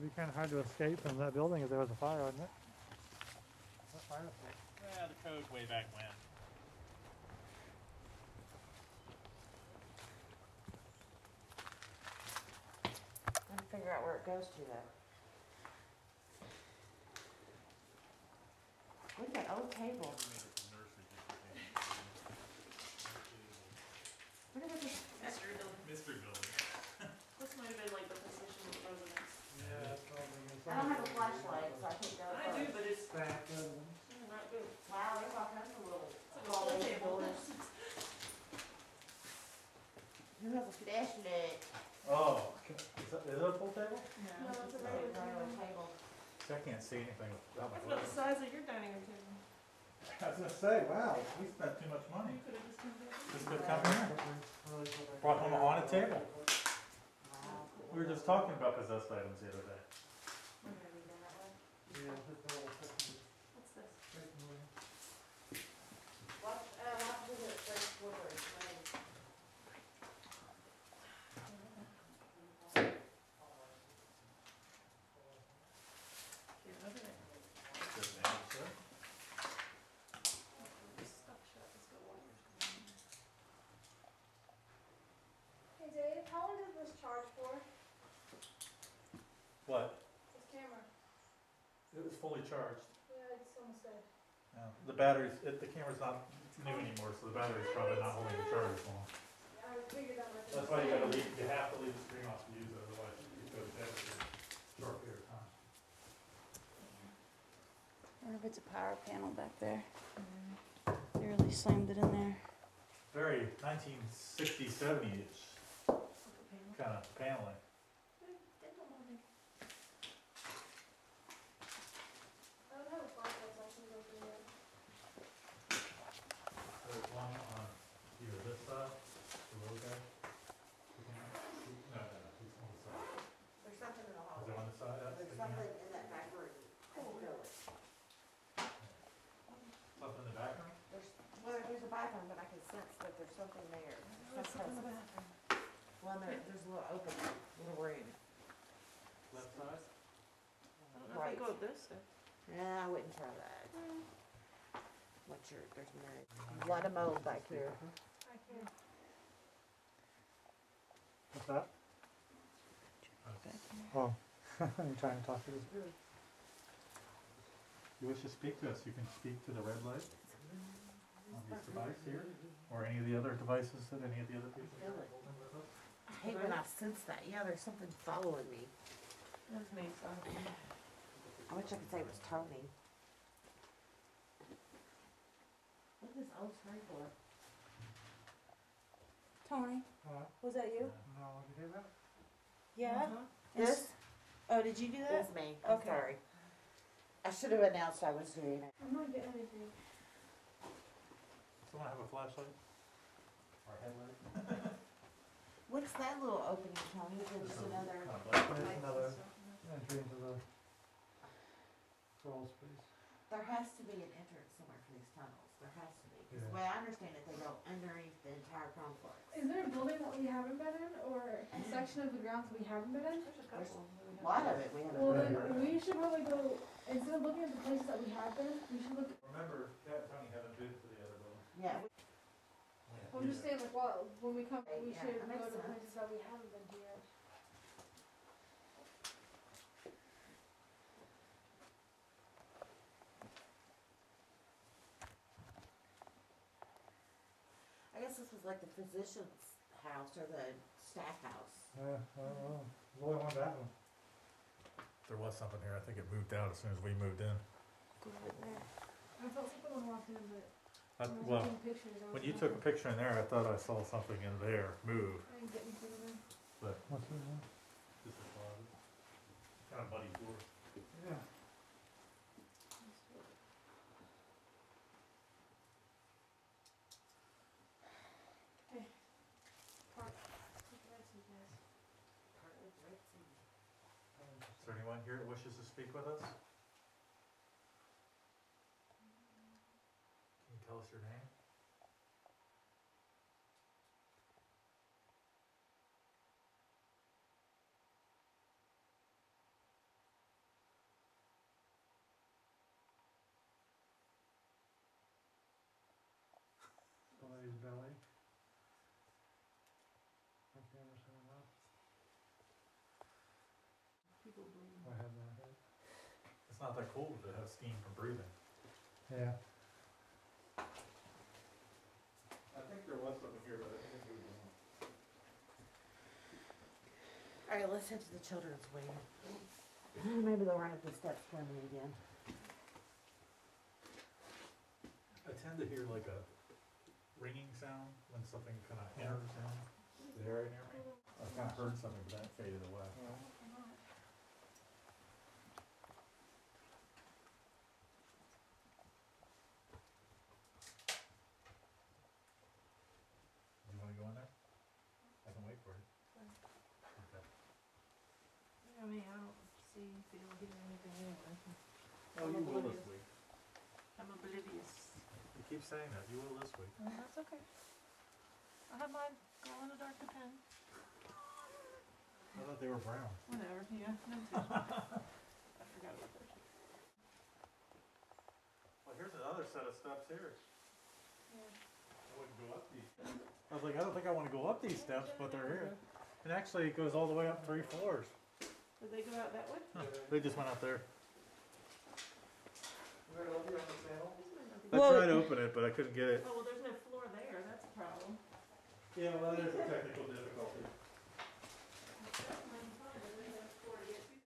be kind of hard to escape from that building if there was a fire, wouldn't it? That fire escape. Yeah, the code way back when. I have to figure out where it goes to though. Look at that old table. Look at this, Mystery building. Mystery building. This might have been like the position of the presidents. Yeah, that's probably. I don't have a flashlight, so I can't go. I do, but it's Back of them. not good. Wow, there's all kinds of little. It's like a pool table. Who has a flashlight? Oh, can- is that, is that a pool table? No, it's a regular regular table. table. See, I can't see anything without my That's about the glasses. size of your dining room table. I was gonna say, wow, we spent too much money. Oh, You could have just moved it. Just could come here. Brought them on a Uh, table. Wow. We were just talking about possessed items the other day. We're gonna be down that way. Yeah, just a little second, What's this? second one. What, uh, what was it, first quarter, like? Here, look at it. Just now, sir. This stuff shut. Let's go water. Hey Dave, how long is this charge for? What? This camera? It was fully charged. Yeah, it's almost dead. Yeah. The battery's, it, the camera's not new anymore, so the battery's probably not holding the charge as long. I figured that much. That's why you gotta leave, you have to leave the screen off to use it, otherwise it goes dead for a short period of time. wonder if it's a power panel back there. They really slammed it in there. Very nineteen sixty, seventy-ish Look at panel. kind of paneling. I don't have a flashlight, so I can go through there. There's one on either this side, the little guy. No, no, no, he's on the side. There's something in the Is hallway. there on the side? That's There's the something camera. in that back room. I can feel it. Something in the background? There's, well, there's a bathroom, but I can sense that there's something there. There's something in the Sometimes- bathroom. Well, there, there's a little open, little room. Left side? I don't know if I go with this or. Nah, I wouldn't try that. Hmm, What's your, there's no, lot of mold back here. I can. What's that? Oh, I'm trying to talk to this. You wish to speak to us, you can speak to the red light on this device here, or any of the other devices that any of the other people here are holding with us. I hate when I sense that, yeah, there's something following me. That's uh, me, so. I wish I could say it was Tony. What is this old tree for? Tony, Uh, was that you? no, did you hear that? Yeah. Uh-huh. This Oh, did you do that? is me, I'm Okay. sorry. I should have announced I was doing it. I'm not getting anything. Someone have a flashlight? Or headlight? What's that little opening, Tony? Is it just another? Kind of black. There's another entry into the crawl space. There has to be an entrance somewhere for these tunnels. There has to be. 'Cause the Yeah. way I understand it, they go underneath the entire complex. Is there a building that we haven't been in or a section of the grounds we haven't been in? There's a There's couple. that we A have. lot of it we haven't. Well, been then in. we should probably go, instead of looking at the places that we have been, we should look, Remember, Cat Tony had a bid for the other building. Yeah, we- I'm just saying like, well, when we come, we Yeah, should that go makes to sense. places that we haven't been here. I guess this was like the physician's house or the staff house. Yeah, I don't know. There's only one bathroom. There was something here, I think it moved out as soon as we moved in. Go over there. I felt something when I walked in, but when I I- was Uh, Well, taking pictures, I was. when you like, took a picture in there, I thought I saw something in there move. I didn't get anything in there. What's this one? This is odd. Kind of muddy floor. Yeah. Park, take that to you guys. Is there anyone here that wishes to speak with us? Can you tell us your name? Valley. My camera's going off. People breathe. I had no idea. It's not that cold to have steam from breathing. Yeah. I think there was something here, but I think it was wrong. All right, let's head to the children's wing. Maybe they'll run up the steps for me again. I tend to hear like a ringing sound when something kind of enters in the area near me. I kind of heard something, but then it faded away. Do you want to go in there? I can wait for you. Okay. I mean, I don't see, feel, hear anything anyway. Oh, you will this week. I'm oblivious. You keep saying that. You will this week. Oh, That's okay. I have mine glow in the dark pen. I thought they were brown. Whatever, yeah, no intention. I forgot about that. Well, here's another set of steps here. I wouldn't go up these. I was like, I don't think I want to go up these steps, but they're here. And actually, it goes all the way up three floors. Did they go out that way? Huh, They just went up there. These might not be- I Well- tried to open it, but I couldn't get it. Oh, well, there's no floor there, that's a problem. Yeah, well, there's a technical difficulty.